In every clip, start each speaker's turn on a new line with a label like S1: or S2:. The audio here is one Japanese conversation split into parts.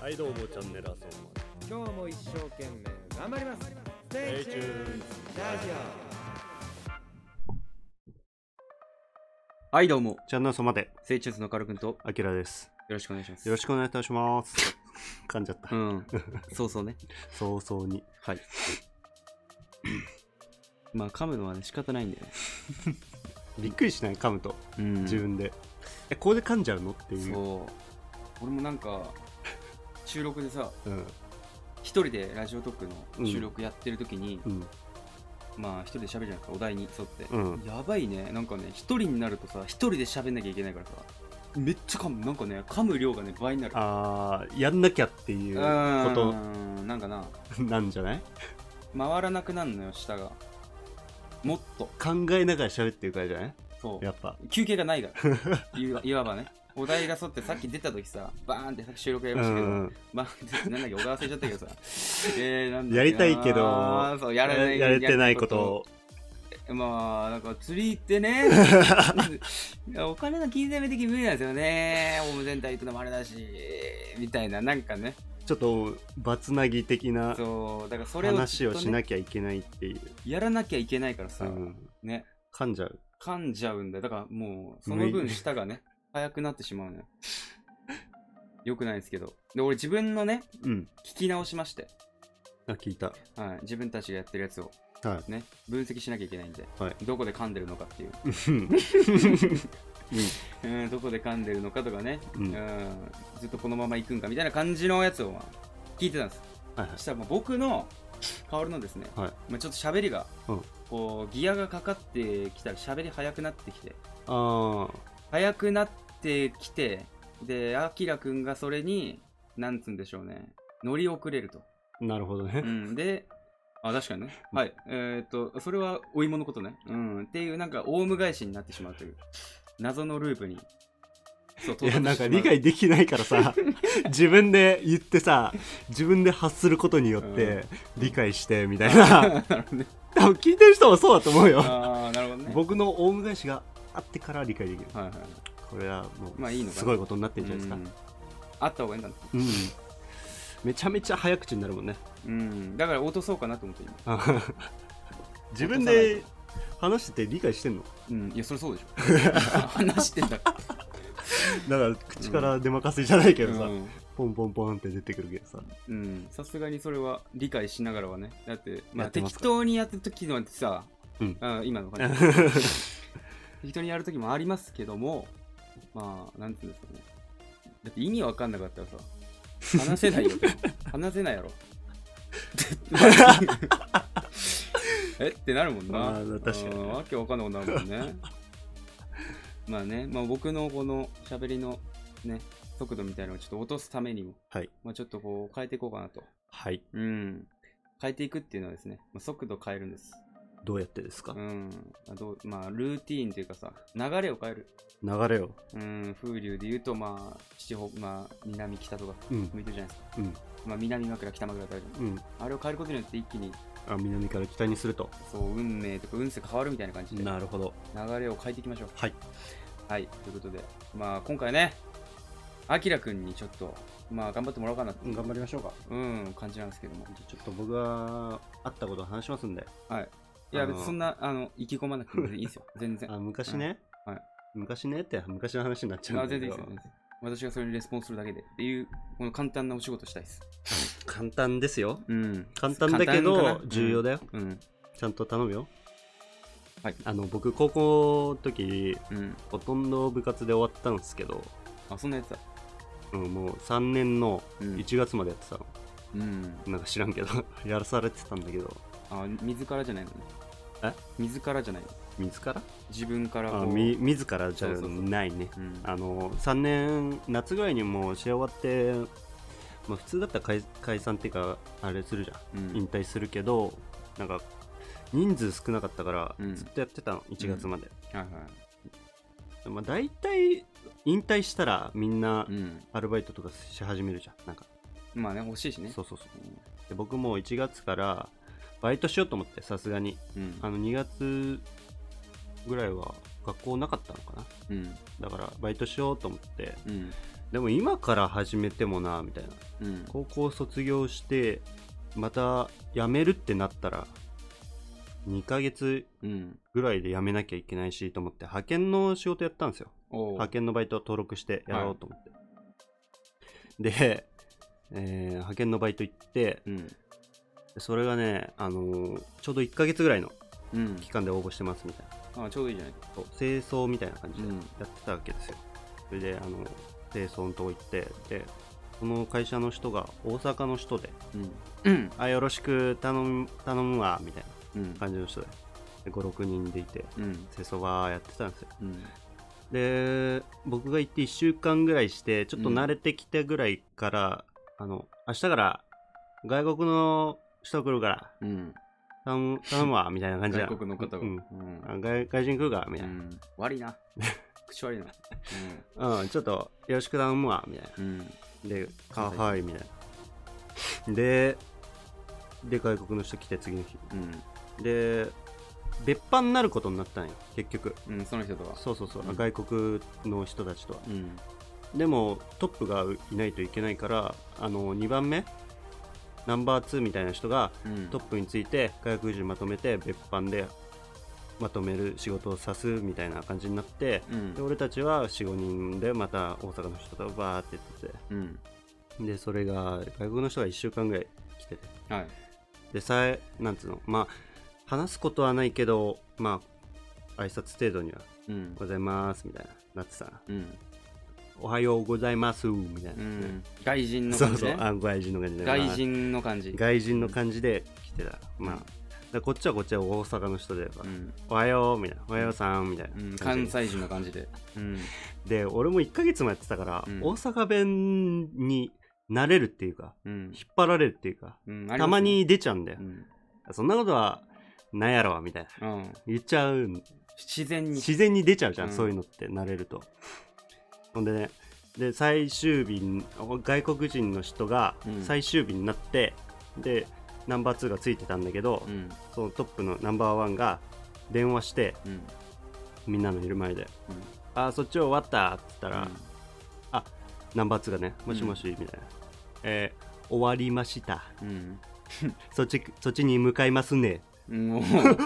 S1: はいどうもチャンネルあそんま
S2: 今日も一生懸命頑張ります Stay tuned ラ
S1: Stay tuned.
S2: ジオ
S3: はい、どうも、
S1: チャンネル様で
S3: セイチューズのカル君とよ
S1: あきらです
S3: ろしくお願いします。
S1: よろしくお願いいたします 噛んじゃった、
S3: うん、そうそうね。
S1: 早々に
S3: はい。まあ、噛むのはね、仕方ないんだよね。
S1: びっくりしない噛むと、
S3: うん。
S1: 自分でえここで噛んじゃうのっていう
S3: そう。俺もなんか、収録でさ、
S1: う、ん
S3: 一人でラジオトークの収録やってる時に、
S1: うん、
S3: まあ、一人で喋るじゃないですか、お題に沿って。
S1: うん
S3: やばいね、なんかね、一人になるとさ、一人で喋んなきゃいけないからさ、めっちゃ噛む、なんかね、噛む量がね、倍になる。
S1: あーやんなきゃっていうこ
S3: うん、なんかな、
S1: となんじゃない
S3: 回らなくなるのよ、下が。もっと、
S1: 考えながら喋ってるからじゃない
S3: そう。
S1: やっぱ
S3: 休憩がないからいわ いわばねお題が沿ってさっき出た時さバーンって収録やりましたけど、
S1: うん
S3: バーンってなんだっけ小川忘れちゃったけどさ えー、なんだっけな
S1: やりたいけど
S3: あーそうやらない
S1: やれてないことを
S3: まあなんか釣り行っ てねいやお金の金銭的無理なんですよねホームセンター行くのもあれだしみたいななんかね
S1: ちょっとバツナギ的な
S3: そうだからそれをず
S1: 話
S3: っ
S1: を
S3: とね
S1: しなきゃいけないっていう、
S3: やらなきゃいけないからさ、
S1: うん、
S3: ね
S1: 噛んじゃう
S3: 噛んじゃうんだよだからもうその
S1: 無
S3: 分
S1: 理
S3: 舌がね早くなってしまうのよ よくないですけどで俺自分のね
S1: うん
S3: 聞き直しまして、
S1: あ聞いた
S3: はい、自分たちがやってるやつを
S1: はい
S3: ね分析しなきゃいけないんで、
S1: はい
S3: どこで噛んでるのかっていう、
S1: うん
S3: うん、どこで噛んでるのかとかね、
S1: うん
S3: うんずっとこのまま行くんかみたいな感じのやつを、まあ聞いてたんです
S1: はいはい
S3: そしたらもう僕の薫のですね、
S1: はい
S3: まあ、ちょっと喋りが、
S1: うん
S3: こうギアがかかってきたら喋り早くなってきて
S1: あ
S3: 早くなってきてであきらくんがそれになんつうんでしょうね乗り遅れると、
S1: あなるほどね、
S3: うん、であ確かにねはいえーっとそれはお芋のことね、うん、っていうなんかオウム返しになってしまうという謎のループにそう
S1: いやな
S3: 到
S1: ん
S3: 達
S1: か
S3: してしまう
S1: 理解できないから さ自分で言ってさ自分で発することによっ
S3: う
S1: て理解してみたいな
S3: なるほど ね
S1: 多分聞いてる人もそうだと思うよ
S3: ああなるほどね
S1: 僕のオウム返しがあってから理解できる
S3: はいはい
S1: これはも
S3: まあいいの
S1: う
S3: かな
S1: すごいことになってるんじゃないですか
S3: うんあった方がいいんだな
S1: うん、めちゃめちゃ早口になるも んね
S3: うんだから落とそうかなと思って今
S1: あ自分で話してて理解してんの
S3: うんいやそれそうで しょ話してんだから
S1: だから口から出まかせじゃないけどさ、
S3: うん
S1: ポンポンポンって出てくるけどさ
S3: うんさすがにそれは理解しながらはねだって,、ま
S1: や
S3: あ、
S1: ってま
S3: 適
S1: すか
S3: 当にやった時のさ、
S1: うん
S3: あ今の感じ適当にやる時もありますけどもまあなんていうんですかねだって意味わかんなかったらさ話せ ないよ話せないやろえってなるもんな、
S1: まあ確かにね
S3: うんわけわかんなくなるもんねまあね、まあ、僕のこの喋りのね速度みたいなのをちょっと落とすためにも
S1: はい
S3: まあ、ちょっとこう変えていこうかなと。
S1: はい
S3: うん。変えていくっていうのはですね、まあ、速度変えるんです。
S1: どうやってですか、
S3: うん。あどうまあ、ルーティーンというかさ、流れを変える。
S1: 流れを
S3: うん、風流で言うと、まあ、七方、まあ、南、北とか
S1: うん
S3: 向いてるじゃないですか。
S1: うん
S3: まあ、南枕、北枕ってあるじゃん
S1: うん
S3: あれを変えることによって一気に、
S1: あ南から北にすると
S3: そう、運命とか運勢が変わるみたいな感じで、流
S1: るほど
S3: れを変えていきましょう。
S1: はい
S3: はい、ということで、まあ、今回ね、あきらくんにちょっと、まあ、頑張ってもらおうかなって、
S1: 頑張りましょうか
S3: うん、感じなんですけども。
S1: ちょっと僕が会ったことを話しますんで
S3: はい。いや、
S1: あの
S3: 別にそんな、あの、意気込まなくてもいいですよ。全然。
S1: あ昔ね、
S3: はい
S1: 昔ねって昔の話になっちゃう
S3: あ
S1: んだ
S3: 全
S1: け
S3: 然い
S1: ど
S3: いですよ。全然私がそれにレスポンスするだけでっていう、この簡単なお仕事したいです。
S1: 簡単ですよ
S3: うん。
S1: 簡単だけ
S3: 簡単
S1: ど
S3: かな
S1: 重要だよ、
S3: うん。
S1: ちゃんと頼むよ
S3: はい。
S1: あの僕高校の時
S3: うん。
S1: ほとんど部活で終わったんですけど、
S3: あ、そんなやつだ。
S1: うん、もう3年の
S3: うん。
S1: 1月までやってたの、
S3: うん。
S1: なんか知らんけど やらされてたんだけど
S3: あ、自らじゃないのね。
S1: え
S3: 自らじゃないの。
S1: 自ら
S3: 自分からこ
S1: あ
S3: う。
S1: み自らじゃ
S3: そうそうそう
S1: ないね
S3: うん。
S1: あの3年夏ぐらいにもう試合終わって、まあ、普通だったら解解散っていうかあれするじゃ
S3: うん
S1: 引
S3: ん。
S1: 退するけどなんか人数少なかったから
S3: うん
S1: ずっとやってたの、1月まで、
S3: はいは。
S1: まあ、大体引退したらみんない
S3: うん。
S1: アルバイトとかし始めるじゃんなんか、
S3: まあね、欲しいしね。
S1: そうそうそうで僕も1月からバイトしようと思ってさすがに
S3: うん。
S1: あの2月ぐらいは学校なかったのか
S3: うん。
S1: なだからバイトしようと思って
S3: うん。
S1: でも今から始めてもなみたいな
S3: うん
S1: 高校卒業してまた辞めるってなったら2ヶ月
S3: うん
S1: ぐらいで辞めなきゃいけないしと思って派遣の仕事やったんですよ
S3: おう
S1: 派遣のバイトを登録してやろうと思って、で、えー派遣のバイト行って
S3: うん
S1: それがね、あのーちょうど1ヶ月ぐらいの
S3: うん
S1: 期間で応募してますみたいな
S3: あちょうどいいじゃない
S1: そう清掃みたいな感じで
S3: うん
S1: やってたわけですよ、それであの清掃のとこ行ってでその会社の人が大阪の人で
S3: うん
S1: あよろしく頼む頼むわみたい
S3: うん
S1: な感じの人でで56人でいて
S3: うん
S1: 清掃はやってたんですよ
S3: うん
S1: で僕が行って1週間ぐらいしてちょっと慣れてきたぐらいから、あの明日から外国の人来るから
S3: うん
S1: 頼む頼むわみたいな感じで
S3: 外国の方が
S1: う
S3: うんん
S1: あ外外人来るからみ
S3: う
S1: たいな、
S3: ん悪 いな口悪いな
S1: うんちょっとよろしく頼むわみたい
S3: うんうん
S1: なでかはいみたいなでで外国の人来て次の日
S3: うん
S1: で別班になることになったんよ結局
S3: うんその人とは
S1: そうそうそう、
S3: うん
S1: 外国の人たちとは
S3: うん
S1: でもトップがいないといけないからあの2番目ナンバー2みたいな人が
S3: うん
S1: トップについて外国人まとめて別班でまとめる仕事を指すみたいな感じになって
S3: うん
S1: で俺たちは45人でまた大阪の人とバーってやって
S3: うん
S1: てでそれが外国の人が1週間ぐらい来てて
S3: はい
S1: でさえなんつうのまあ話すことはないけどまあ挨拶程度には
S3: うん
S1: 「ございます」みたいななってさ
S3: うん
S1: 「おはようございます」みたいな、
S3: うん外人の
S1: そ
S3: 感
S1: う
S3: じ
S1: そう
S3: ね
S1: あ外人の感じで
S3: 外人の感じ
S1: 外人の感じで来てたまあ
S3: うん
S1: だからこっちはこっちは大阪の人で、
S3: うん
S1: おはようみたいなおはようさんみたいな
S3: うん
S1: 感
S3: 関
S1: じ
S3: 西人の感じでうん
S1: で俺も1ヶ月もやってたから、
S3: うん
S1: 大阪弁になれるっていうか
S3: うん
S1: 引っ張られるっていうか
S3: うん
S1: たまに出ちゃうんだ
S3: あ
S1: よ
S3: り、すね
S1: そんなことはないやろみたいな
S3: うんうん
S1: 言っちゃう
S3: 自然に
S1: 自然に出ちゃうじゃん、
S3: うん
S1: そういうのって慣れるとほんでねで最終日に外国人の人が
S3: うん
S1: 最終日になって、でナンバー2がついてたんだけど、
S3: うん
S1: そのトップのナンバーワンが電話して
S3: うん
S1: みんなのいる前で
S3: うん
S1: 「あーそっち終わった」っつったら、あナンバー2がね「もしもし」みたいな「えー終わりました
S3: うん
S1: そっちそっちに向かいますね
S3: うんもう」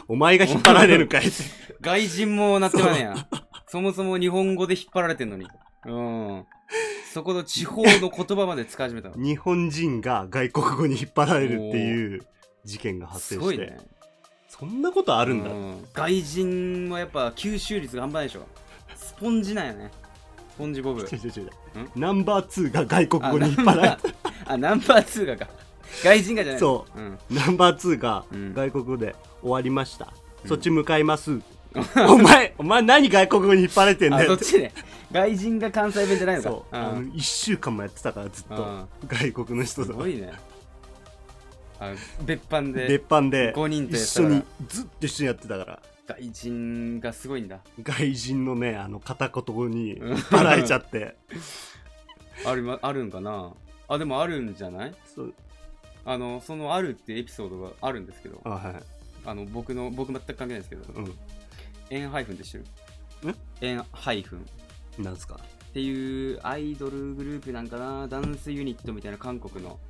S1: お前が引っ張られるかいって。
S3: 外人もなってまねや。そもそも日本語で引っ張られてんのに。うん。そこの地方の言葉まで使い始めたの
S1: 日本人が外国語に引っ張られるっていう事件が発
S3: す
S1: 生
S3: ご
S1: し
S3: い
S1: て、
S3: ね。
S1: そんなことあるんだ、
S3: うん外人はやっぱ吸収率が半端ないでしょ。スポンジなんやね。スポンジボブ
S1: 違う。違う違う
S3: う
S1: ナンバー2が外国
S3: あ
S1: 語に引っ張られて
S3: あ、ナンバー2がか。外人がじゃないの。
S1: そう
S3: うん。
S1: ナンバー2が
S3: うん
S1: 外国語で終わりました、
S3: うん
S1: そっち向かいます、お前お前何外国語に引っ張られてんだ
S3: あ、
S1: よ
S3: そ
S1: っ
S3: ってちね。外人が関西弁じゃないのか。
S1: そうあ
S3: う
S1: の
S3: ん
S1: 1週間もやってたからずっと外国の人
S3: す
S1: と
S3: ごいね。あ、別班で
S1: 別班で
S3: 五人とや
S1: 一
S3: って
S1: 緒
S3: たから
S1: にずっと一緒にやってたから
S3: 外人がすごいんだ。
S1: 外人のねあの片言に引っ張られちゃって
S3: あるまあるんかなあでもあるんじゃない
S1: そう
S3: あのそのあるってエピソードがあるんですけど
S1: あはい
S3: あの僕の僕全く関係ないんですけど
S1: う
S3: 円ハイフンって知ってる円ハイフンっ
S1: んなんすか
S3: ていうアイドルグループなんかなダンスユニットみたいな韓国の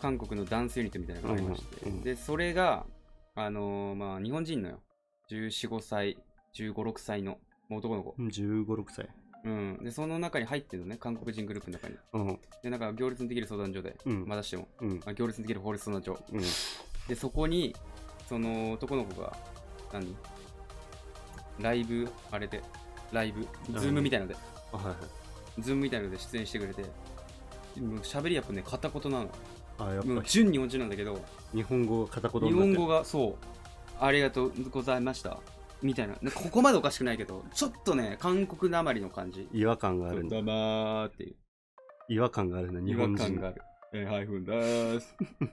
S3: 韓国のダンスユニットみたいなのがありまして、
S1: うんうんうん
S3: でそれがあのーまあ日本人のよ1415歳156歳の男の子、
S1: 1 5 6歳
S3: うん、でその中に入ってるのね韓国人グループの中に
S1: うん
S3: でなんか行列のできる相談所で、
S1: うん
S3: まだしても
S1: うん
S3: まあ、行列にできる法律相談所
S1: うん
S3: でそこにその男の子が何ライブあれでライブ
S1: うん
S3: ズームみたいので
S1: あはいはい
S3: ズームみたいので出演してくれてもう喋りやっぱね片言なの
S1: あやっ
S3: も
S1: ぱ
S3: う純日本人なんだけど
S1: 日本語が片言
S3: 日
S1: になって
S3: 本
S1: る
S3: 語がそうありがとうございましたみたいななんかここまでおかしくないけどちょっとね韓国なまりの感じ
S1: 違和感があるんだ
S3: だまーっていう
S1: 違和感があるな日
S3: 違和
S1: 本
S3: 感
S1: 人
S3: がある。えー、ハイフンでーす。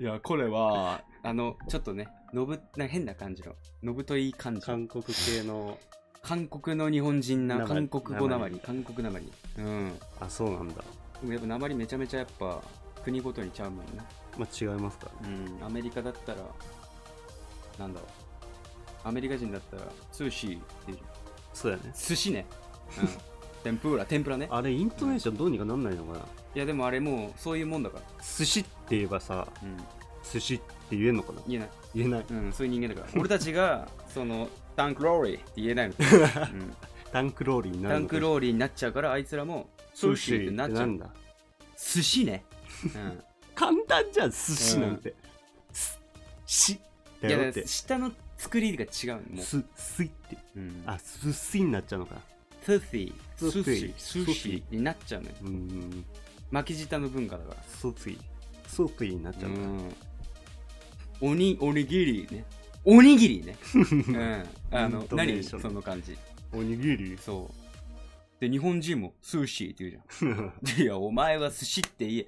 S3: いや、これは、あの、ちょっとね、のぶ、な変な感じの、のぶとい感じ。
S1: 韓国系の
S3: 韓国の日本人な、
S1: なまり
S3: 韓国語なま
S1: なま
S3: り
S1: り、
S3: 韓国なまり。うん。
S1: あそうなんだ
S3: でもやっぱなまりめちゃめちゃやっぱ、国ごとにちゃうもんね。
S1: まあ違いますか
S3: うん。アメリカだったら、なんだろう。アメリカ人だったら、寿司って言うじゃん
S1: そうやね
S3: 寿司ね。うん。天ぷら天ぷらね
S1: あれイントネーションどうにかなんないのかな、
S3: いやでもあれもうそういうもんだから
S1: 寿司って言えばさ
S3: うん
S1: 寿司って言えんのかな
S3: 言えない
S1: 言えない
S3: うんそういう人間だ から俺たちがそのタンクローリーって言えないの、うん
S1: タンクローリーにな
S3: タ
S1: る
S3: ン
S1: のか
S3: クローリーになっちゃうからあいつらも
S1: 寿
S3: 寿司
S1: 司っ
S3: って
S1: て
S3: な
S1: な
S3: っちゃ
S1: ん
S3: う
S1: だ
S3: 寿司ね、うん
S1: 簡単じゃん寿司なんて、すし だ
S3: い
S1: よっ
S3: や
S1: て
S3: 下の作りが違うもう、
S1: すすいって
S3: うん、
S1: あすすいになっちゃうのか
S3: 寿司
S1: 寿司
S3: 寿司
S1: 寿
S3: 寿司
S1: 司
S3: になっちゃうのよ
S1: うーん
S3: 巻き舌の文化だから
S1: ソツイソツイになっちゃうのか、
S3: うん、おにおにぎりねおにぎ りね、うん、あ
S1: イ
S3: の
S1: ントネ
S3: 何
S1: ーショ
S3: そ
S1: ン
S3: の感じ
S1: おにぎり
S3: そうで日本人も寿司って言うじゃ んいや、お前は寿司って言え。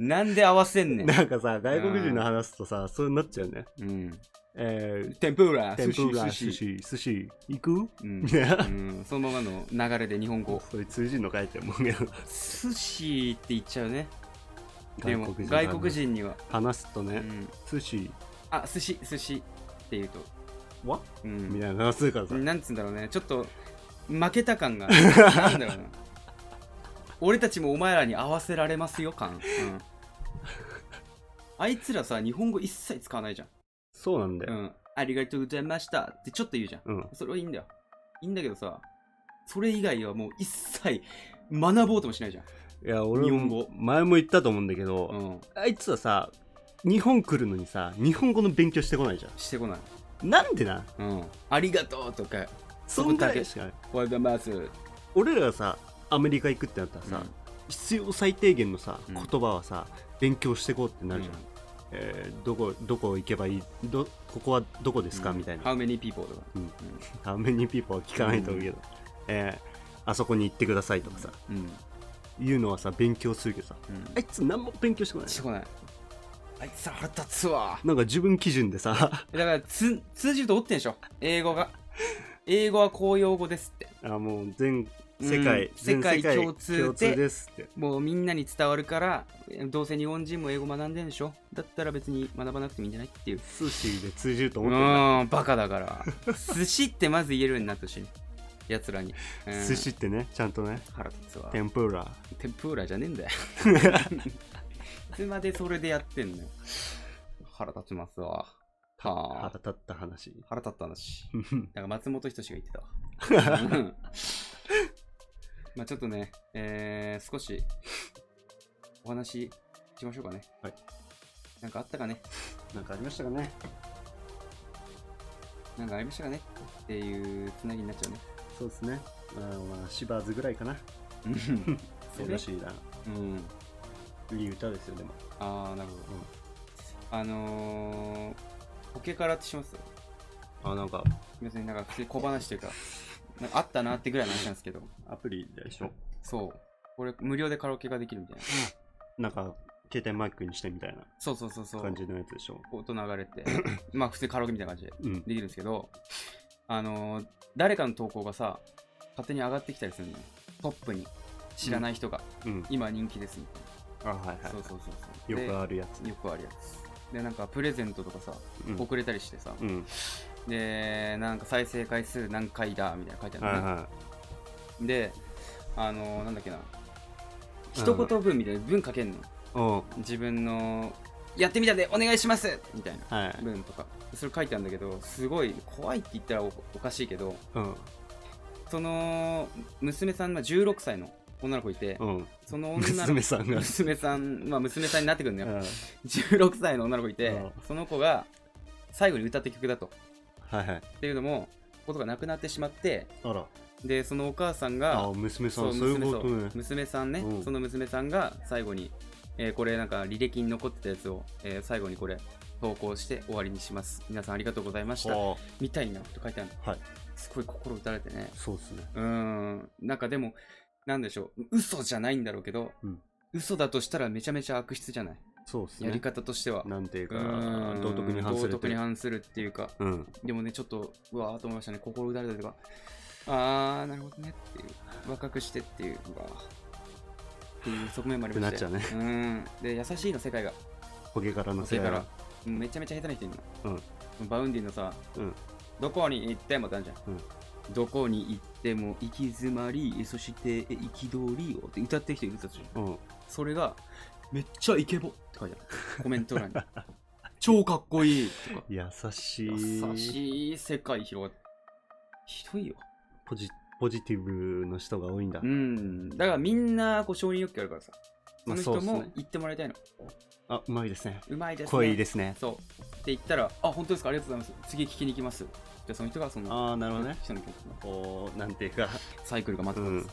S3: なんで合わせんねん。
S1: なんかさ外国人の話すとさそうなっちゃうね
S3: うん。
S1: えー
S3: 天ぷら、
S1: 天
S3: 寿
S1: ぷ
S3: 司、
S1: ら
S3: 寿
S1: 寿
S3: 司。
S1: 司寿司行く
S3: うん
S1: みたいな
S3: うん、そのままの流れで日本語。
S1: それ通じんのかいって思うけど
S3: 寿司って言っちゃうね。 でも、
S1: 人
S3: 外国人には。
S1: 話すと
S3: う
S1: ね
S3: ん、
S1: 寿司
S3: あ、寿司、寿司って言うと。
S1: は
S3: う
S1: み
S3: ん。
S1: たいな話するからさ
S3: なんつうんだろうね。ちょっと、負けた感 がある。なんだろうな。俺たちもお前らに合わせられますよ感。うん。あいつらさ、日本語一切使わないじゃん。
S1: そうなんだ
S3: う
S1: よ
S3: ん。ありがとうございましたってちょっと言うじゃん。
S1: うん
S3: それはいいんだよ。いいんだけどさ、それ以外はもう一切学ぼうともしないじゃん。
S1: いや俺
S3: 日本
S1: も
S3: 語
S1: 前も言ったと思うんだけど
S3: うん。
S1: あいつはさ日本来るのにさ日本語の勉強してこないじゃ
S3: してこない。
S1: んなんでな
S3: うん。ありがとうとか、
S1: そんぐらいしかない
S3: おはようございます。
S1: 俺らがさアメリカ行くってなったらさ、
S3: うん
S1: 必要最低限のさ
S3: うん
S1: 言葉はさ勉強してこうってなるじゃん、えーどこどこ行けばいいどここはどこですか、みたいな
S3: How many people? とか。
S1: あんまりピーポーは聞かないと思うけど、えーあそこに行ってくださいとかさ
S3: うん。うん。
S1: いうのはさ勉強するけどさあいつ何も勉強してこない
S3: してこない。あいつら腹立つわ。
S1: なんか自分基準でさ
S3: だからつ、通じると思ってんでしょ。英語が。英語は公用語ですって。
S1: あもう全世界、
S3: うん
S1: 全
S3: 世界共通で
S1: 共通ですって
S3: もうみんなに伝わるから、どうせ日本人も英語学んでんでしょ。だったら別に学ばなくてもいいんじゃないっていう。
S1: 寿司で通じると思ってる
S3: うん、バカだから。寿司ってまず言えるようになってほしい。やつらに。うん
S1: 寿司ってねちゃんとね
S3: 腹立つわ。
S1: 天ぷら
S3: 天ぷらじゃねえん だよ。いつまでそれでやってんのよ。腹立ちますわ。
S1: 腹
S3: はあ。
S1: 立った話
S3: 腹立った話。なんか松本人志が言ってた わ。うんまあちょっとね、えー、少しお話ししましょうかね。
S1: はい。
S3: なんかあったかね
S1: なんかありましたかね
S3: なんかありましたかねっていうつなぎになっちゃうね。
S1: そうですねまあまあシバーズぐらいかな
S3: うん
S1: そうらしいな
S3: うん。
S1: いい歌ですよでも
S3: ああなるほど、あのー、ポケカラってしますす
S1: あなんか
S3: みませんなんか普通に小話というかなんかあったなってぐらいの話なんですけど
S1: アプリでしょ
S3: そうこれ無料でカラオケができるみたいな
S1: なんか携帯マイクにしてみたい
S3: そうそうそうそ
S1: な
S3: う
S1: 感じのやつでしょ
S3: 音流れてまあ普通にカラオケみたいな感じで
S1: うん
S3: できるんですけどあのー、誰かの投稿がさ勝手に上がってきたりするのよトップに知らない人が、
S1: うん
S3: 今人気ですみたい
S1: あはいはい
S3: な、そうそうそうそう
S1: よ
S3: で
S1: くあるやつ
S3: よくあるやつでなんかプレゼントとかさ、
S1: うん
S3: 遅れたりしてさ、
S1: うん
S3: でなんか再生回数何回だみたいなの書いてある
S1: は
S3: の
S1: い
S3: ね、
S1: は
S3: であのなんだっけな一言文みたいな文書けんの
S1: いうん
S3: 自分のやってみたんでお願いしますみたいな
S1: はい
S3: 文とかそれ書いてあるんだけどすごい怖いって言ったらおおかしいけど
S1: うん
S3: その娘さんまあ16歳の女の子いて
S1: うん
S3: その女の
S1: 娘さんが
S3: 娘さんまあ娘さんになってくるんだ
S1: う
S3: よ
S1: んはい
S3: 16歳の女の子いて
S1: うん
S3: その子が最後に歌った曲だと
S1: はい
S3: っていうのもことがなくなってしまって
S1: あら
S3: でそのお母さんが
S1: あ娘さ
S3: そうん
S1: そういう
S3: 娘
S1: こ
S3: さ
S1: とね
S3: ん娘さんね、
S1: うん
S3: その娘さんが最後に、えーこれなんか履歴に残ってたやつを、えー最後にこれ投稿して終わりにします皆さんありがとうございました
S1: は
S3: みたいなこと書いてあるの
S1: あはい
S3: すごい心打たれてね
S1: そうですね
S3: うーんなんかでもなんでしょう嘘じゃないんだろうけど、
S1: うん
S3: 嘘だとしたらめちゃめちゃ悪質じゃない
S1: そうです
S3: やり
S1: ね
S3: 方としては、
S1: なんていう
S3: う
S1: か
S3: ーん
S1: 道徳に反する
S3: 道
S1: と
S3: 徳
S1: い
S3: に
S1: うか
S3: 反するっていうか
S1: うん
S3: でもね、ちょっと、うわーと思いましたね。心打たれたりとか、あー、なるほどねっていう、若くしてっていう、うわーっていう側面もありまして。
S1: ってなっち
S3: うん。で、優しいの世界が。
S1: ポケカラの世
S3: だ
S1: 界
S3: か
S1: は
S3: ら、めちゃめちゃ下手な人いるの。
S1: うん
S3: バウンディのさ、
S1: うん
S3: どこに行ってもってあるじゃん。
S1: うん
S3: どこに行っても行き詰まり、そして憤りをって歌ってる人いるたち。
S1: うん。
S3: それが、めっちゃイケボって書いて ある。コメント欄に。超かっこいいとか。
S1: 優しい。
S3: 優しい世界広がって。ひどいよ。
S1: ポジポジティブの人が多いんだ。
S3: うん。だからみんな、こう、承認欲求あるからさ。そ
S1: まあ
S3: の
S1: そうで
S3: 人
S1: す
S3: も
S1: ね。
S3: 言ってもらいたいの。
S1: あ、うまいですね。
S3: うまいですね。
S1: 濃いですね。
S3: そう。って言ったら、あ、本当ですか、ありがとうございます。次聞きに行きます。じゃあその人がその
S1: ああ、なるほどね。
S3: 人の曲の
S1: こう、なんていう か。
S3: サイクルがまた
S1: うん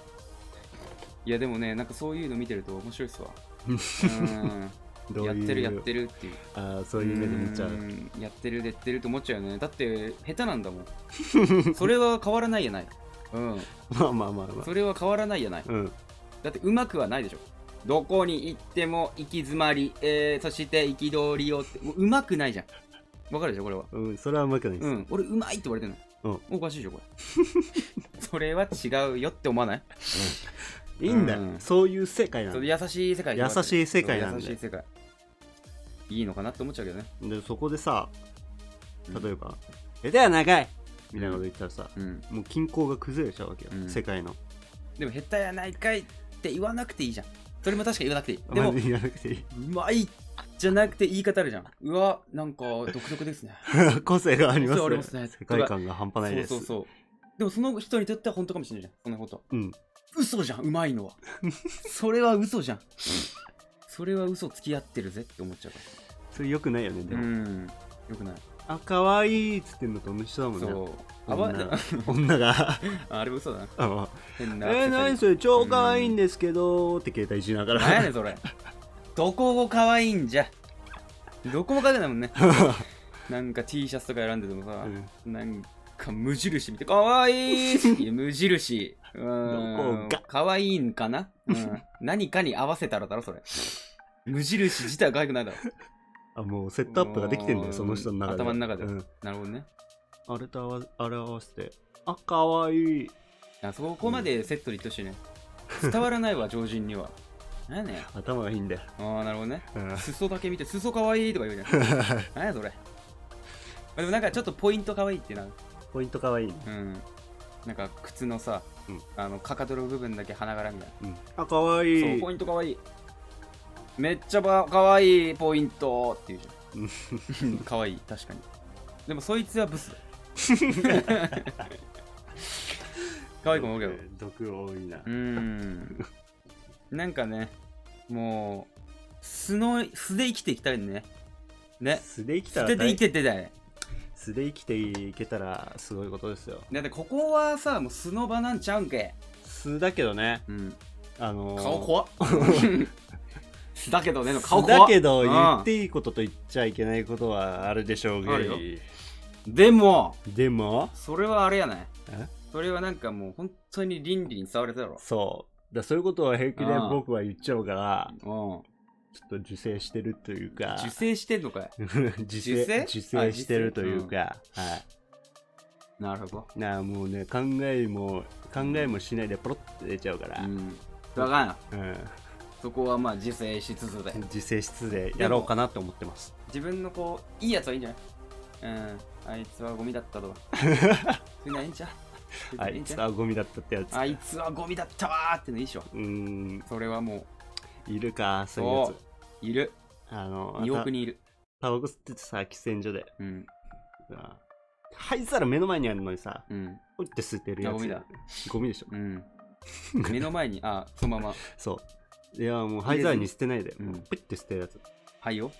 S3: いや、でもね、なんかそういうの見てると面白いっすわ。うん。
S1: どう
S3: やっ
S1: いう
S3: てるやってるっていう。
S1: ああ、そういう目で見ちゃう。
S3: んやってるやってると思っちゃうよね。だって、下手なんだもん。それは変わらないやない。うん。
S1: まあまあまあまあ。
S3: それは変わらないやない。
S1: うん。
S3: だって、うまくはないでしょ。どこに行っても行き詰まり、えー、そして憤りをって、もううまくないじゃん。わかるでしょ、これは。
S1: うん、それはうまくないで
S3: う
S1: す。
S3: ん、俺うまいって言われてんの、おかしいでしょこれ それは違うよって思わない
S1: いいんだよ、
S3: うん
S1: そういう世界なん
S3: そ
S1: だ
S3: れ
S1: よ
S3: 優しい世界
S1: 優しい世界なんで
S3: そう優しい世界いいのかなって思っちゃうけどね
S1: でそこでさ
S3: うん
S1: 例えば「えでは長い!」みたいなこと言ったらさ、
S3: うん
S1: もう均衡が崩れちゃうわけよ、
S3: うん
S1: 世界の
S3: でも下手やないかいって言わなくていいじゃんそれも確か言わなくて いいで
S1: ま
S3: も
S1: ず言わなくていいう
S3: まいじゃなくて言い方あるじゃんうわなんか独特ですね
S1: 個性 があります
S3: 個
S1: ね
S3: 性ありますね
S1: 世界観が半端ないです
S3: そうそうそうでもその人にとっては本当かもしれないじゃんそんなこと
S1: うん
S3: 嘘じゃんうまい のはそれは嘘じゃんそれは嘘付き合ってるぜって思っちゃうから
S1: それよくないよねでも、
S3: うん。よくない。
S1: あ可愛いっつってんのと同じだもんね
S3: そう。あ ば
S1: 女女 が
S3: あれ嘘だな。
S1: あの「
S3: 変な。
S1: えー、何それ超可愛いんですけど」って携帯しなが
S3: 何やね
S1: ら
S3: んそれ。どこも可愛いんじゃ。どこも可愛くないも んね。なんか T シャツとか選んでてもさ、なんか無印見て、可愛い いや無印。うーん。
S1: どこが
S3: 可愛いんかなうん。何かに合わせたらだろ、それ。無印自体は可愛くないだろ。
S1: あもうセットアップができてんだ
S3: う
S1: よ
S3: ん
S1: その人の中で
S3: 頭の中で
S1: うん
S3: なるほどね。
S1: あれとあわあれ合わせて「あ可愛い
S3: あそこまでセットでいってほしいね。伝わらないわ、常人には。何やねん。
S1: 頭がいいんだよ、
S3: ああ、なるほどね。
S1: うん
S3: 裾だけ見て、裾かわいいとか言うじゃん。 何やそれ。でもなんかちょっとポイントかわいいってな。
S1: ポイント可愛いね
S3: うん。なんか靴のさ、
S1: うん
S3: あのかかとの部分だけ花柄みたいな。
S1: あ、かわい
S3: そう、
S1: い。
S3: ポイントかわいい。めっちゃばかわいいポイントって言うじゃん。かわいい、確かに。でもそいつはブス だ。かわいい子もおるけど。
S1: 毒多いな
S3: うー。ん。なんかね、もう、素の、素で生きていきたいね。ね。
S1: 素で生きた
S3: 素
S1: ら
S3: 手で生き
S1: 大
S3: てってたよね。
S1: 素で生きていけたらすごいことですよ。
S3: だってここはさ、もう素の場なんちゃうんけ。
S1: 素だけどね、
S3: うん。
S1: あのー
S3: 顔 怖っ。素だけどね、の顔
S1: 素
S3: 怖っ。
S1: だけど
S3: うん
S1: 言っていいことと言っちゃいけないことはあるでしょう
S3: あ
S1: が
S3: るよでも、
S1: でも
S3: それはあれやない
S1: え。
S3: それはなんかもう本当に倫理に触れたろ。
S1: そうだそういうことは平気で
S3: うん
S1: 僕は言っちゃうから
S3: うん。
S1: ちょっと受精してるというか
S3: 受精してんのかい。
S1: 受精
S3: 受精
S1: 受精してるというか、はい
S3: なるほど。
S1: なあもうね考えも考えもしないでポロッと出ちゃうから
S3: う、ん。だからん
S1: うん、
S3: そこはまあ自制しつつで。
S1: 自制室でやろうかなって思ってます
S3: 自分のこう、いいやつはいいんじゃないうん。あいつはゴミだったと か。そんなんいいんちゃう
S1: あ
S3: いい
S1: い
S3: んち
S1: つ
S3: ゃ
S1: は
S3: う
S1: ゴミだったってやつ
S3: あいつはゴミだったわーってのいいでしょ。
S1: うーん
S3: それはもう。
S1: いるかそういうや
S3: そういる。
S1: つあの
S3: 2
S1: た
S3: 億人いる。
S1: タバコ吸っててさ喫煙所で
S3: うん。
S1: あ灰皿目の前にあるのにさ
S3: うん。
S1: おって吸ってるやつ
S3: あゴミだ
S1: ゴミでしょ
S3: うん。 目の前に、あ、そのまま、
S1: そういやもう灰皿に捨てないで、
S3: うん
S1: プッて捨てるやつ
S3: はいよ。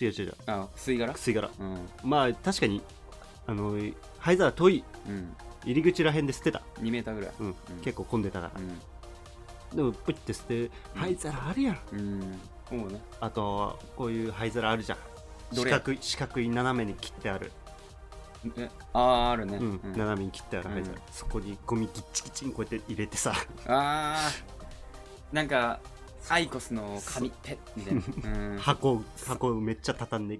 S1: 違う違う違う
S3: あ、吸い殻
S1: 吸い殻
S3: うん。
S1: まあ確かにあの灰皿遠い
S3: うん。
S1: 入り口らへんで捨てた、
S3: 2メーターぐらい。
S1: うん結構混んでたから、
S3: うん。
S1: でもプッて捨てる灰皿あるやん、
S3: うん。思うね。
S1: あとこういう灰皿あるじゃん
S3: ど
S1: 四
S3: れや
S1: 角い四角い斜めに切ってある
S3: えあー、あるね。
S1: うん
S3: うん
S1: 斜めに切ってある灰皿、
S3: うん
S1: そこにゴミギッチギチにこうやって入れてさ
S3: あー、なんか、アイコスの紙ペッみたいな。 うん。
S1: 箱を箱をめっちゃ畳んで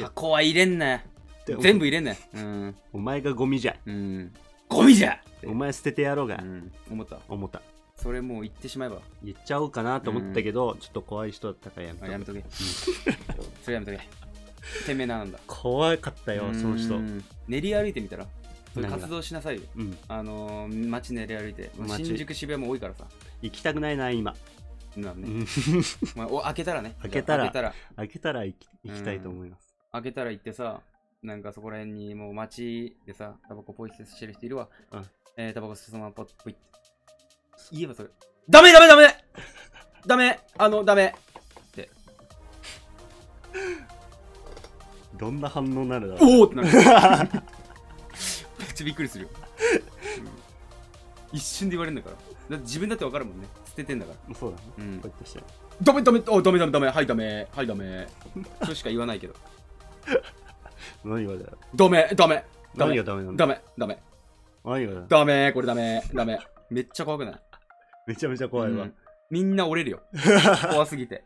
S3: 箱は入れんなよ。
S1: でお
S3: 全部入れんなよ。うん。
S1: お前がゴミじゃ
S3: うん。ゴミじゃ
S1: お前捨ててやろうが、
S3: うん。思った。
S1: 思った
S3: それもう言ってしまえば。
S1: 言っちゃおうかなと思ったけど、ちょっと怖い人だったからやめ
S3: あ
S1: た
S3: やめ とけ。それやめとけ。てめえななんだ。
S1: 怖かったよその人
S3: うん練り歩いてみたらそうい
S1: 何
S3: う
S1: が
S3: 活動しなさいよ
S1: うん
S3: あのー街練り歩いてまあ
S1: 街
S3: 新宿渋谷も多いからさ
S1: 行きたくないな今、
S3: なんか
S1: う
S3: ね、
S1: ん
S3: まあ、お開けたらね
S1: 開けたら
S3: 開けたら
S1: 開けたら行き行きたいと思います、
S3: 開けたら行ってさなんかそこら辺にもう街でさタバコポイ捨てしてる人いるわ、
S1: うん
S3: えータバコ吸ってそのままポッポイって言えばそれダメダメダメダメあのダメ
S1: どんな反応になるだろう
S3: おおってなるめっちゃびっくりするよ、うん一瞬で言われるんだからだって自分だってわかるもんね捨ててんだから
S1: そうだね
S3: うん
S1: こうやってして
S3: ダメダメおダメダメダメはいダメはいダメそれしか言わないけど
S1: 何がだよ
S3: ダメダメダ
S1: 何
S3: メ
S1: がダメなんだ
S3: ダメダメ
S1: 何がだよ
S3: ダメこれダメダメめっちゃ怖くない
S1: めちゃめちゃ怖いわ、
S3: うんみんな 折れるよ怖すぎて、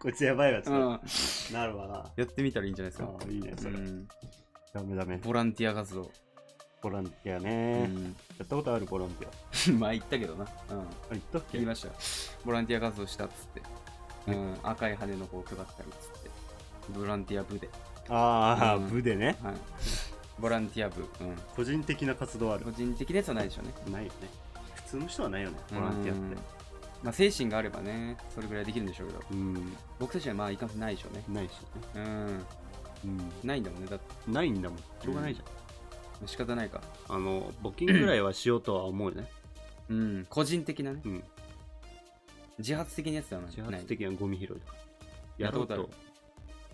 S1: こいつやばいわち
S3: う
S1: ょ
S3: ん、
S1: っとなるわなあ
S3: やってみたらいいんじゃないですか、
S1: ーいいねそれ、
S3: うん
S1: ダメダメ
S3: ボランティア活動、
S1: ボランティアね、やったことあるボランティアあ
S3: うん まあ言ったけどな、うん、
S1: 言ったっけ
S3: 言いましたよボランティア活動したっつって、うん、赤い羽の子を配ったりっつってボランティア部で、
S1: ああ、
S3: うん
S1: 部でね
S3: はい、ボランティア部、うん、
S1: 個人的な活動ある
S3: 個人的なやつはないでしょうね
S1: ないよね普通の人はないよねボランティアって
S3: まあ、精神があればねそれぐらいできるんでしょうけど
S1: うん
S3: 僕たちはまあいかんせんないでしょうね
S1: ないしね、
S3: うん
S1: う
S3: ないんだもんねだって
S1: ん、ないんだもんしょうがないじゃ
S3: 仕方ないか
S1: ん、あの募金ぐらいはしようとは思うよね、
S3: うん個人的なね
S1: うん、
S3: 自発的なやつではない
S1: 自発的なゴミ拾いとかやろうと
S3: やったこ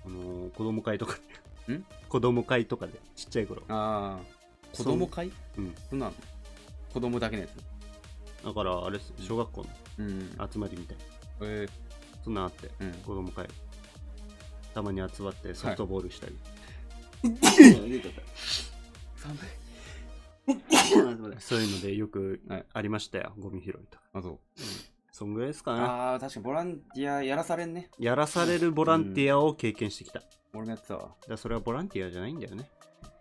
S1: あのー子供会とかで
S3: ん
S1: 子供会とかでちっちゃい頃
S3: ああ子供会
S1: う、ん、
S3: そんなの子供だけのやつ
S1: だからあれっす小学校
S3: うん
S1: の集まりみたいな
S3: え
S1: そんなんあって
S3: え
S1: 子供会たまに集まってソフトボールしたり、
S3: 寒い
S1: そういうのでよく
S3: はい
S1: ありましたよ、ゴミ拾いとか。
S3: あそう
S1: そんぐらいですかね。
S3: ああ確かにボランティアやらされんね
S1: やらされるボランティアを経験してきた。だか
S3: 俺もやってたわ
S1: らそれはボランティアじゃないんだよね。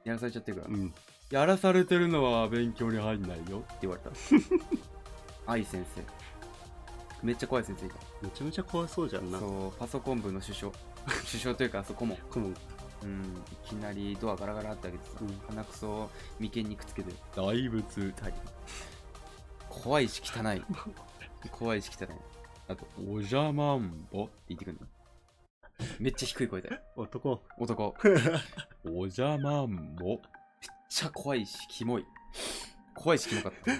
S3: やらされちゃってるから、
S1: うん。
S3: やらされてるのは勉強に入んないよって言わ れた愛先生めっちゃ怖い先生いた
S1: めちゃめちゃ怖そうじゃんな。
S3: そうパソコン部の首 相首相というかあそこも
S1: この
S3: うんいきなりドアガラガラって開けてさ、
S1: うん
S3: 鼻くそを眉間にくっつけて大仏大怖いし汚い怖いし汚いあとおじゃまんぼって言ってくるのめっちゃ低い声で
S1: 男。
S3: 男 おじゃまんぼめっちゃ怖いしキモい怖いしキモかった、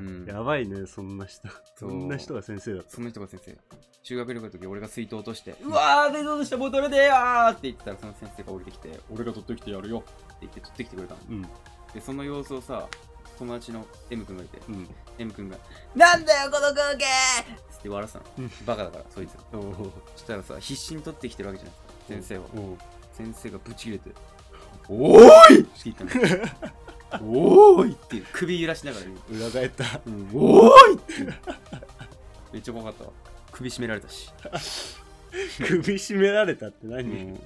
S3: うん、
S1: やばいね、そんな人。そ
S3: そ
S1: うそんな人が先生だった。
S3: その人が先生修学旅行の時俺が水筒落として「うわー水筒落としたボトルでやー!」って言ってたらその先生が降りてきて「俺が取ってきてやるよ」って言って取ってきてくれたの
S1: うん。
S3: でその様子をさ友達の M 君がいて
S1: うん。
S3: M 君が「なんだよこの光景!」つって笑ってた
S1: う
S3: の
S1: ん
S3: バカだからそいつ
S1: おお。
S3: そしたらさ必死に取ってきてるわけじゃないですか先生は
S1: おお。
S3: 先生がブチ切れて「おーい!」って言ったのおーいっていう首揺らしながら言う
S1: 裏返った。
S3: うん、おーいっていうめっちゃ怖かったわ首絞められたし、
S1: 首絞められたって
S3: う
S1: 何
S3: ん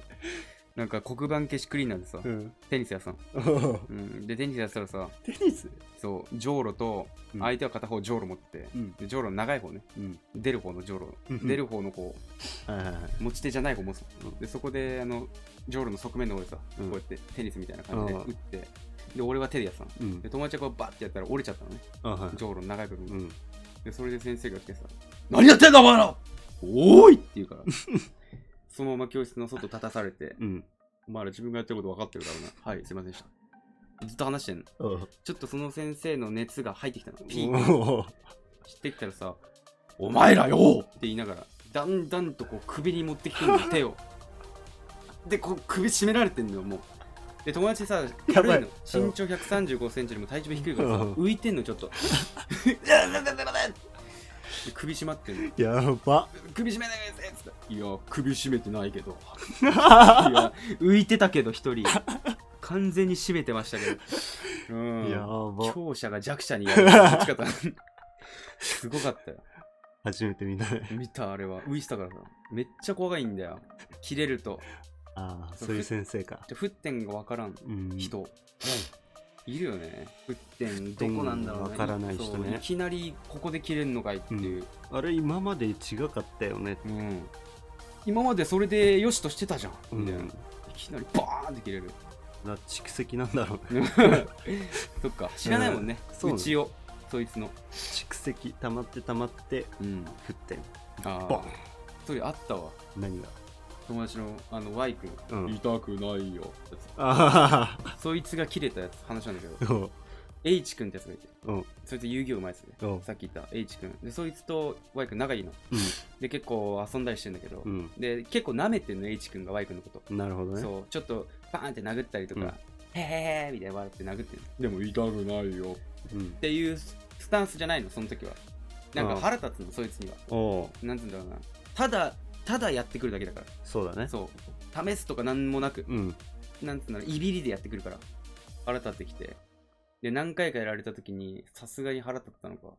S3: なんか黒板消しクリーナーでさ
S1: うん。
S3: テニス屋さん、
S1: おお。
S3: うん、でテニスやってたらさ
S1: テニス
S3: そうジョーロと
S1: うん
S3: 相手は片方ジョーロ持ってて、
S1: うん
S3: でジョーロの長い方ね
S1: うん。
S3: 出る方のジョーロ
S1: うん
S3: 出る方のこ
S1: はいはいはい。
S3: う持ち手じゃない方持つの
S1: うん
S3: でそこであのジョーロの側面の方でさ、
S1: うん
S3: こうやってテニスみたいな感じで
S1: ああ
S3: 打ってで俺は手でやってたの
S1: うん
S3: で。友達がこうバッてやったら折れちゃったのね
S1: あはい。
S3: ジョーロの長い部分が
S1: うん。
S3: でそれで先生が来てさ「何やってんだお前ら!」「おーい!」って言うから そのまま教室の外立たされて
S1: うん。
S3: 「お前ら自分がやってること分かってるからなはいすいませんでした」ずっと話してんの
S1: おお。
S3: ちょっとその先生の熱が入ってき たのピーク
S1: おお。
S3: してきたらさ「お前らよ!」って言いながらだんだんとこう首に持ってきてる の手をでこう首絞められてんのよもうで友達さ
S1: やばい
S3: 軽の身長1 3 5センチよりも体重低いからさ
S1: うん
S3: 浮いてんのちょっと で首絞まってんの
S1: やば。
S3: 首絞めないでつっていや首絞めてな いけどいや浮いてたけど一人完全に絞めてましたけどうん
S1: やば。
S3: 強者が弱者にやる打ち方すごかったよ
S1: 初めて見たね。
S3: 見たあれは浮いてたからさめっちゃ怖いんだよ切れると
S1: ああ、そういう先生か。
S3: で沸点が分からん
S1: うん。
S3: 人、いるよね沸点どこなんだろ
S1: 沸点が
S3: うね
S1: 分からない人ね
S3: そういきなりここで切れんのかいっていう、
S1: あれ、今まで違かったよね。
S3: うん今までそれでよしとしてたじゃん、
S1: うん
S3: みたいないきなりバーンって切れる
S1: な蓄積なんだろうね
S3: そっか知らないもんね、
S1: うん
S3: う
S1: そうなの
S3: ちをそいつの
S1: 蓄積溜まって溜まって
S3: うん
S1: 沸点
S3: あ
S1: ボン
S3: あそれあったわ
S1: 何が
S3: 友達のあの Y 君、
S1: うん
S3: 痛くないよってやつ
S1: あ
S3: そいつが切れたやつ話な んだけ
S1: あ
S3: ど
S1: うん
S3: H 君ってやつがいて
S1: うん
S3: そいつ遊戯王うまいやつで、
S1: うん
S3: さっき言った H 君でそいつと Y 君仲いいの
S1: う
S3: で結構遊んだりしてんだけど、
S1: ん
S3: で結構舐めてんの H 君が Y 君のこと、
S1: うんなるほどね
S3: そうちょっとパーンって殴ったりとか、
S1: うん
S3: へへへーみたいな笑って殴ってるでも痛くないよ
S1: うん
S3: っていうスタンスじゃないのその時はなん
S1: あ
S3: か
S1: あ
S3: 腹立つのそいつには
S1: おう
S3: なんつうんだろうなただただやってくるだけだか
S1: そうだね
S3: らそう試すとかなんもなく
S1: うん
S3: なんつうんだろういびりでやってくるから腹立ってきてで何回かやられた時にさすがに腹立ったのか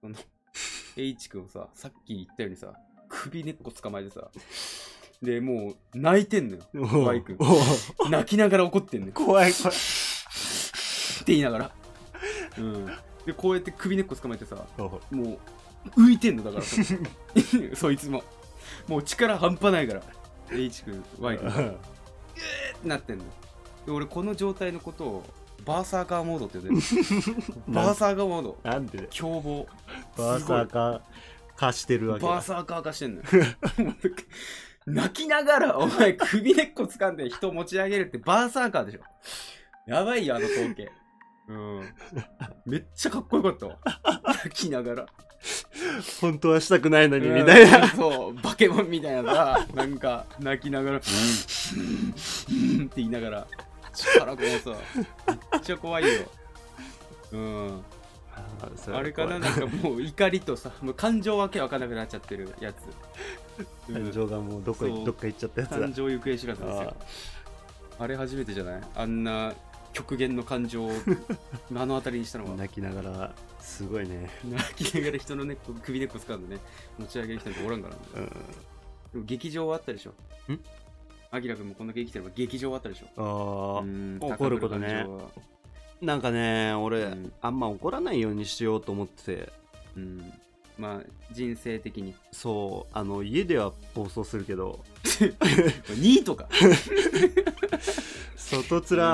S3: その H 君をささっき言ったようにさ首根っこ捕まえてさでもう泣いて んのよ
S1: お
S3: バ
S1: う
S3: イク
S1: おう
S3: 泣きながら怒ってんのよ
S1: 怖い怖い
S3: って言いながらうんでこうやって首根っこ捕まえてさ
S1: おう
S3: もう浮いてんのだからそいつそいつももう力半端ないから H 君 Y 君 ってなってんので俺この状態のことをバーサーカーモードって呼んでるバーサーカーモード
S1: なんで
S3: 凶暴
S1: バーサーカー化してるわけだ
S3: バーサーカー化してんのよ 泣きながらお前首根っこ掴んで人持ち上げるってバーサーカーでしょやばいよあの光景うんめっちゃかっこよかったわ泣きながら
S1: 本当はしたくないのにみたい
S3: うん
S1: な
S3: そうバケモンみたいなさなんか泣きながら「うん」って言いながら力こうさめっちゃ怖いようんあれかななんかもう怒りとさもう感情わけわかんなくなっちゃってるやつ、うん
S1: 感情がもうどこ
S3: そう
S1: いどっか行っちゃったやつだ
S3: 感情行方知らずですよあれ初めてじゃないあんな極限の感情を目の当たりにしたのは
S1: 泣きながらすごいね
S3: 泣きながら人の根っこ首根っこ掴んでね持ち上げる人なんておらんからね
S1: うん
S3: でも劇場はあったでしょ
S1: ん
S3: あきらくんもこんだけ生きてれば劇場はあったでしょ
S1: あー
S3: うん
S1: 怒ることね
S3: 高ぶ感情は
S1: なんかね俺、
S3: うん
S1: あんま怒らないようにしようと思ってて
S3: うんまあ人生的に
S1: そうあの家では暴走するけ ど
S3: 2位とか
S1: 外面は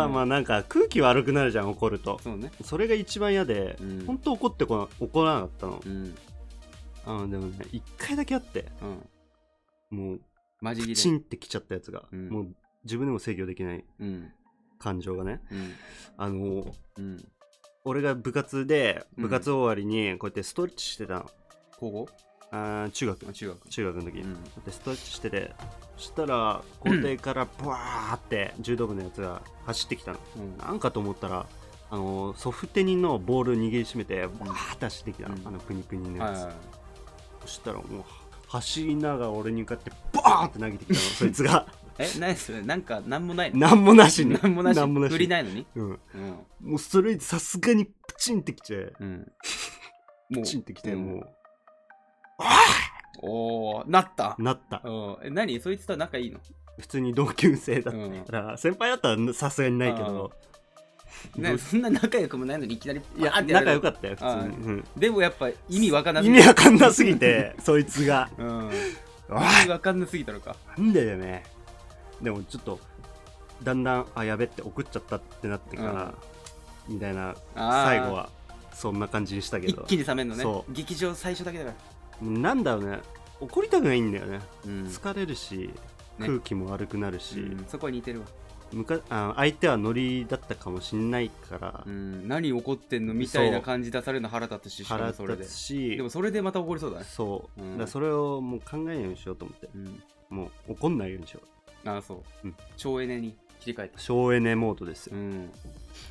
S3: うん
S1: まあなんか空気悪くなるじゃん怒ると
S3: そうね
S1: それが一番嫌で、
S3: うん
S1: ほんと怒ってこな怒らなかったの,、
S3: うん
S1: あのでもね一回だけあって
S3: うん
S1: もう
S3: マジ
S1: プ
S3: ギ
S1: チ
S3: レ
S1: ンってきちゃったやつが、
S3: うん
S1: もう自分でも制御できない
S3: うん
S1: 感情がね
S3: うん
S1: あの
S3: うん
S1: 俺が部活で
S3: うん
S1: 部活終わりにこうやってストレッチしてたの、
S3: 高
S1: あー中学
S3: 校中学
S1: 中学の時、
S3: うん
S1: でストレッチしててそしたら校庭からブワーって柔道部のやつが走ってきたの、
S3: うん
S1: なんかと思ったらあのソフテニのボール握りしめてバーって走ってきたの、
S3: うん
S1: あのプニプニの
S3: は
S1: や
S3: い
S1: つ、
S3: はいはい
S1: そしたらもう走りながら俺に向かってバーンって投げてき たのそいつが
S3: え、ないっすね。なんか、なんもないの。
S1: 何もなしに
S3: なんもなし。
S1: なんもなし
S3: 振りないのに。
S1: うん、
S3: うん。
S1: もうそれさすがにプチンってきて
S3: うん。
S1: プ
S3: も
S1: チンってきて
S3: うん
S1: もう、
S3: おおなった。
S1: なった
S3: うん。え、何そいつとは仲いいの
S1: 普通に同級生だ
S3: う
S1: っ
S3: ん
S1: た。から、先輩だったらさすがにないけどど
S3: ね、
S1: う
S3: そんな仲良くもないのにいきなり、
S1: いや
S3: あ
S1: 仲良か
S3: っ
S1: ったよ普
S3: あ
S1: 通に、うん
S3: た。でもやっぱ意味わかんな
S1: 意味わかんなすぎて そいつが
S3: うん。意
S1: おい
S3: 味わかんなすぎたのか。
S1: なんだよねでもちょっとだんだんあやべって送っちゃったってなってから、みたいな
S3: あー
S1: 最後はそんな感じにしたけ
S3: 一
S1: ど
S3: 気に冷めんのね
S1: そ。う
S3: 劇場最初だけだから。
S1: なんだろうね怒りたくないんだよね、
S3: うん
S1: 疲れるし空気も悪くなるし、
S3: うんそこは似てるわ。
S1: むかあ相手はノリだったかもしんないから、
S3: うん。何怒ってんのみたいな感じ出されるの腹立つし、しか
S1: 腹
S3: もそれ
S1: 立
S3: で
S1: つ。し
S3: でもそれでまた怒りそうだね。
S1: そう、
S3: うん
S1: だからそれをもう考えないようにしようと思って
S3: うん。
S1: もう怒んないようにしよう
S3: ああ、そう
S1: うん。
S3: 省エネに切り替えて。
S1: 省エネモードですよ、
S3: うん。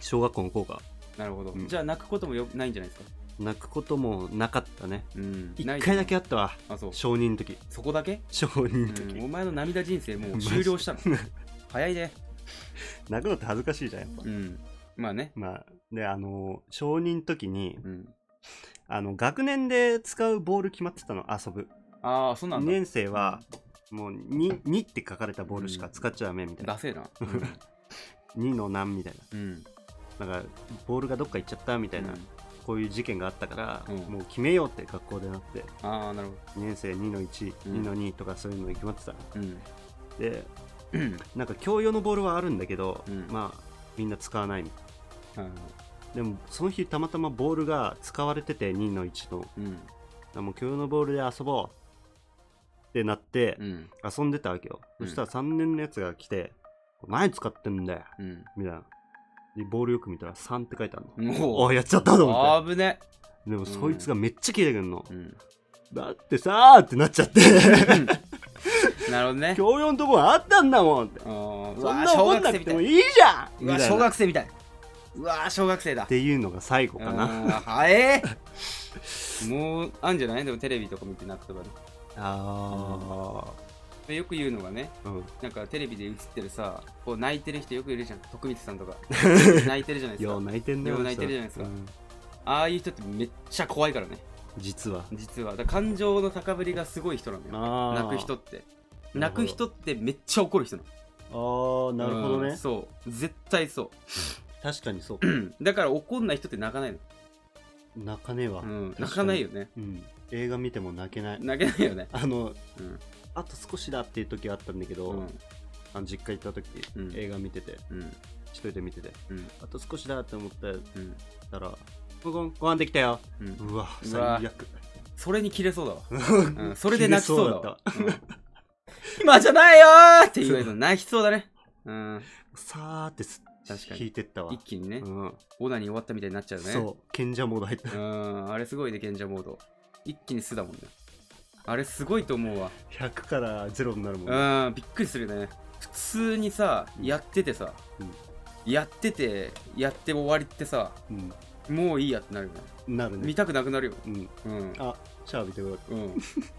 S1: 小学校の効果
S3: なるほど、
S1: うん
S3: じゃあ泣くこともよないんじゃないですか
S1: 泣くこともなかったね
S3: うん
S1: 一回だけ
S3: あ
S1: あったわ
S3: あそう
S1: 承認の時
S3: そこだけ、
S1: 承認の
S3: うん、
S1: 時、
S3: お前の涙人生もう終了したの早いね
S1: 泣くのって恥ずかしいじゃんやっぱ、
S3: うんまあね
S1: まあであの承認の時に
S3: うん
S1: あの学年で使うボール決まってたの遊ぶ
S3: ああそうな
S1: 2
S3: んだ、
S1: 年生はもう 2, 2って書かれたボールしか使っちゃダメみたい
S3: ダ
S1: な、
S3: セえな
S1: 2の何みたい
S3: うん、うん、
S1: ななんかボールがどっか行っちゃったみたいな、
S3: うん
S1: こういう事件があったから、
S3: うん
S1: もう決めようって学校でなって
S3: ああなるほ
S1: 2年生2の12、
S3: うん
S1: 2の2とかそういうのに決まってたの
S3: どうん
S1: で
S3: うん
S1: なんか共用のボールはあるんだけど、
S3: うん
S1: まあみんな使わない
S3: うん
S1: でもその日たまたまボールが使われてて2の1のだか
S3: うん
S1: らもう今日のボールで遊ぼうってなって
S3: うん
S1: 遊んでたわけよ、
S3: うん
S1: そしたら3年のやつが来て「何使ってんだよ
S3: うん」
S1: みたいなでボールよく見たら3って書いてあるの
S3: も
S1: あやっちゃったと
S3: う
S1: 思
S3: あ
S1: っ
S3: ぶね
S1: てでもそいつがめっちゃキレてくんの、
S3: うん
S1: だってさーってなっちゃって
S3: なるほどね
S1: 教養のとこあったんだもんって
S3: あーう
S1: そ
S3: わ
S1: ん
S3: ー
S1: な
S3: 小
S1: 怒ん
S3: 学
S1: な
S3: 生
S1: く
S3: み
S1: て
S3: た
S1: も
S3: い
S1: いいじゃん
S3: う
S1: みた
S3: わ
S1: い
S3: ー
S1: な
S3: 小
S1: っ
S3: 学生みたいうわー小学生だ
S1: ていうのが最後かな
S3: あー早えもうあんじゃないでもテレビとか見てなくとかで
S1: あ
S3: でよく言うのがね
S1: ーうん
S3: なんかテレビで映ってるさこう泣いてる人よくいるじゃん徳光さん とか泣いてるじゃないです
S1: よ
S3: か
S1: う泣いてんね
S3: よう泣いてるじゃないですかああいう人ってめっちゃ怖いからね
S1: 実は
S3: 実はだから感情の高ぶりがすごい人なのよ
S1: あー
S3: 泣く人って
S1: なる
S3: 泣
S1: ほど
S3: く人ってめっちゃ怒る人なの
S1: あーなるほど
S3: うん
S1: ね
S3: そう 絶対そ
S1: 確かにそう
S3: ううんだから怒んない人って泣かないの、
S1: 泣かねえわ
S3: うん、
S1: 確
S3: 泣
S1: か
S3: か
S1: に
S3: ないよね
S1: うん映画見ても泣けない
S3: 泣けないよね
S1: あの
S3: うん
S1: あと少しだっていう時はあったんだけ
S3: う
S1: ど
S3: ん
S1: あの実家行った時
S3: うん
S1: 映画見てて
S3: うん
S1: 一人で見てて
S3: うん
S1: あと少しだって思って
S3: うん
S1: たらご飯ご飯できたよ
S3: うん
S1: うわ
S3: うわ
S1: 最悪
S3: それに切れそうだ わ、うん、それで泣きそうだわ
S1: 切れそうだった
S3: うん今じゃないよーって言われると泣きそうだねうん
S1: さーってす
S3: 確かに
S1: 引いてったわ
S3: 一気にね、
S1: うん
S3: オナに終わったみたいになっちゃうね
S1: そう賢者モード入った
S3: ううんあれすごいね賢者モード一気に巣だもんねあれすごいと思うわ
S1: 100から0になるもんね
S3: うんびっくりするね普通にさ
S1: うん
S3: やっててさ、やっててやって終わりってさもういいやってなるよね
S1: うんなるね
S3: 見たくなくなるよ
S1: うん
S3: うん
S1: あシャア見てくれた
S3: うん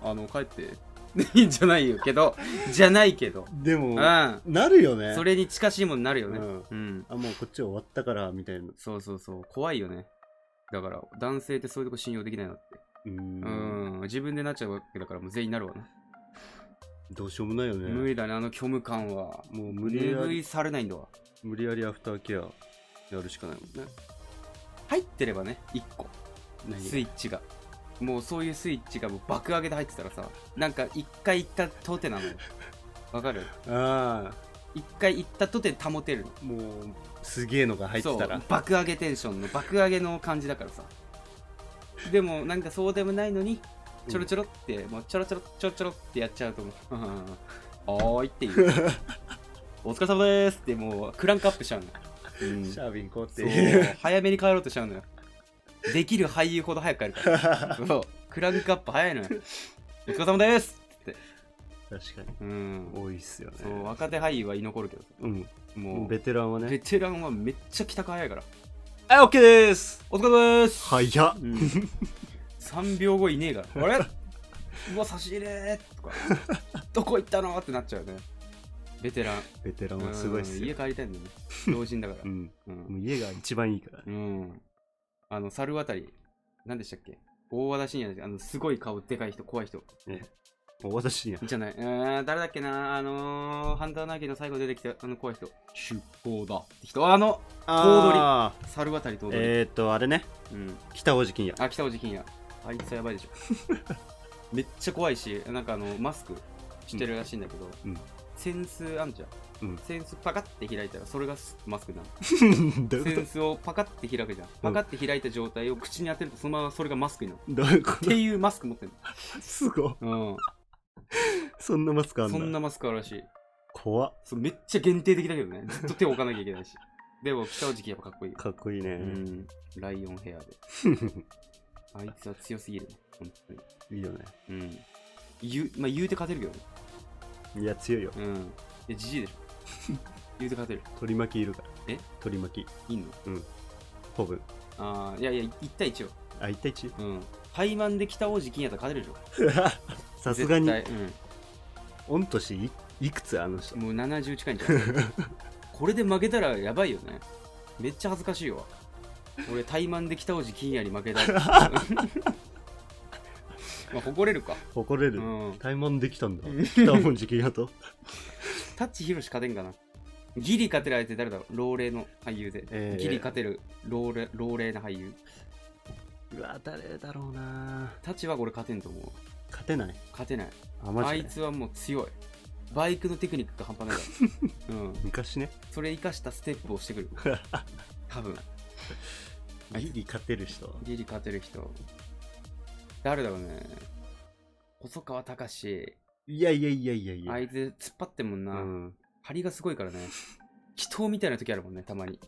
S3: あの帰って いいんじゃないよけどじゃないけど
S1: で
S3: う
S1: も
S3: ん
S1: なるよね
S3: それに近しいものになるよね
S1: うん
S3: うん
S1: あもうこっち終わったからみたいな
S3: そうそうそう怖いよねだから男性ってそういうとこ信用できないなって
S1: うー
S3: うんん自分でなっちゃうわけだからもう全員なるわな、
S1: どうしようもないよね
S3: 無理だねあの虚無感は
S1: もう無理や
S3: 拭
S1: り
S3: い去れないんだわ
S1: 無理やりアフターケアやるしかないもんね
S3: 入ってればね1個
S1: 何
S3: スイッチがもうそういうスイッチがもう爆上げで入ってたらさなんか1回行ったとてな のよわかる
S1: あ
S3: ?1 回行ったとて保てるの
S1: あもうすげえのが入ってたら
S3: そう爆上げテンションの爆上げの感じだからさでもなんかそうでもないのにちょろちょろって、もうちょろちょろちょろちょろってやっちゃうと 思う「おーい」 っていう「お疲れ様です」ってもうクランクアップしちゃうの、うん、
S1: シャービンこうって
S3: そう
S1: いう
S3: 早めに帰ろうとしちゃうのよできる俳優ほど早く帰る から そうクランクアップ早いのよお疲れ様ですって
S1: 確かに
S3: うん
S1: 多いっすよね
S3: そう若手俳優は居残るけど
S1: うん
S3: も
S1: ベテランは
S3: うベ
S1: ね
S3: テランはめっちゃ帰宅早いから
S1: はい OK です
S3: お疲れ様です
S1: 早っ
S3: うん、3秒後いね えからあれうわ差し入れとかどこ行ったのってなっちゃうねベテラン
S1: ベテランはすごいっす
S3: うん家
S1: よ
S3: 帰りたいんだよね老人だから
S1: うん
S3: う
S1: もう
S3: ん、
S1: 家が一番いいからね
S3: うん、あの猿渡り何でしたっけ大和田信也ですあのすごい顔でかい人怖い人
S1: もう私には
S3: じゃないうーん誰だっけなあのー、ハンターナーキーの最後出てきたあの怖い人出向だって人あの
S1: あ
S3: 猿渡り頭
S1: ー
S3: 取、
S1: えーっとあれね
S3: うん
S1: 北大路金也
S3: あ、北尾金也。あいつやばいでしょ。 めっちゃ怖いし、なんかあの、マスクしてるらしいんだけど、
S1: うんうん
S3: センスあんじゃん。
S1: うん
S3: センスパカって開いたら、それがすマスクなの。
S1: どう
S3: セ
S1: いうこ
S3: ンスをパカって開くじゃん。パカって開いた状態を口に当てると、そのままそれがマスクになる。
S1: とどういうこ
S3: っ
S1: と
S3: ていうマスク持ってる
S1: すご
S3: の。
S1: そんなマスク
S3: う
S1: あ
S3: ん。
S1: ん
S3: そ
S1: だ
S3: んなマスクあるらしい。
S1: 怖っ
S3: そうめっちゃ限定的だけどね。ずっと手を置かなきゃいけないし。でも、北尾時期やっぱかっこいい。
S1: かっこいいね、
S3: うん。ライオン ヘアで。あいつは強すぎるね。本当に。
S1: いいよね
S3: うん。言う、まあ言うて勝てるけどね。
S1: いや強いよ
S3: うん。え、じじい でしょ。言うて勝てる。
S1: 取り巻きいるから
S3: え
S1: 取り巻き
S3: いんの
S1: ほぶ
S3: ああ、いやいや、1対1よ。
S1: あ一対一
S3: うん。ハイマンで北王子金やったら勝てるでしょ。
S1: さすがに
S3: 絶対
S1: 御年いいくつあの人
S3: うん。もう70近いんじゃない これで負けたらやばいよね。めっちゃ恥ずかしいわ。俺、タイマンで北王子金やに負 けた。まあ、誇れるか。
S1: 怒れ
S3: う
S1: る、
S3: ん。
S1: 怠慢できたん だ北本時期やと
S3: タッチヒロシ勝てんかな。ギリ勝てる相手誰だろう老齢の俳優で。
S1: えー
S3: ギリ勝てる老齢老齢な俳優。
S1: うわ誰だろうな
S3: タッチは俺勝てんと思う。
S1: 勝てない
S3: 勝てない。
S1: あマ
S3: あ
S1: ジ
S3: い
S1: で
S3: つはもう強い。バイクのテクニックが半端ない から、うん、
S1: 昔ね。
S3: それ生かしたステップをしてく る多分
S1: ギリ勝てる人。
S3: ギリ勝てる人誰だろうね細川隆史
S1: いやいやいやいやいや。
S3: あいつ突っ張ってんもん
S1: う
S3: な、
S1: ん。
S3: 張りがすごいからね祈祷みたいな時あるもんねたまに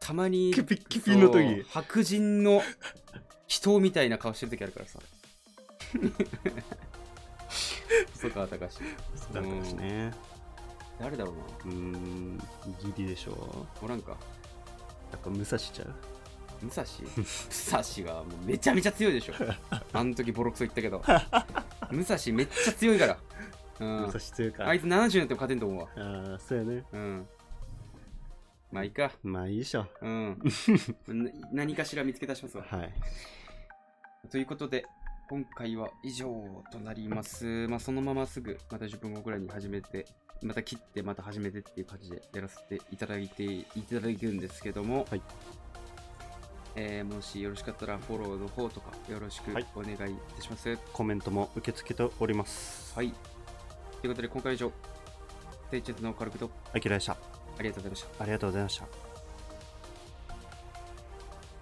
S3: たまに
S1: キュピッキュピの
S3: そう
S1: 時。
S3: 白人の祈祷みたいな顔してる時あ るからさ細川隆史
S1: だったですね。
S3: 誰だろうな
S1: うーん、ギリでしょ
S3: おらんか
S1: う。やっぱ武蔵ちゃう
S3: 武蔵武蔵がもうめちゃめちゃ強い でしょあの時ボロクソ言ったけど武蔵めっちゃ強いから、う
S1: 武
S3: ん
S1: 蔵、強いか。
S3: あいつ70になっても勝てんと思うわ
S1: ああ、そうやね。
S3: うんまあいいか
S1: まあいいでしょ。
S3: うん な何かしら見つけ出しますわ
S1: はい。
S3: ということで今回は以上となりますまあそのまますぐまた10分後ぐらいに始めてまた切ってまた始めてっていう感じでやらせていただいていただいてるんですけども、
S1: はい
S3: えーもしよろしかったらフォローの方とかよろしく
S1: はい
S3: お願いいたします。はい。
S1: コメントも受け付けております。い。
S3: ということで今回は以上、ステイチェンズの軽くと
S1: あきらでした。
S3: ありがとうございました。
S1: ありがとうございました。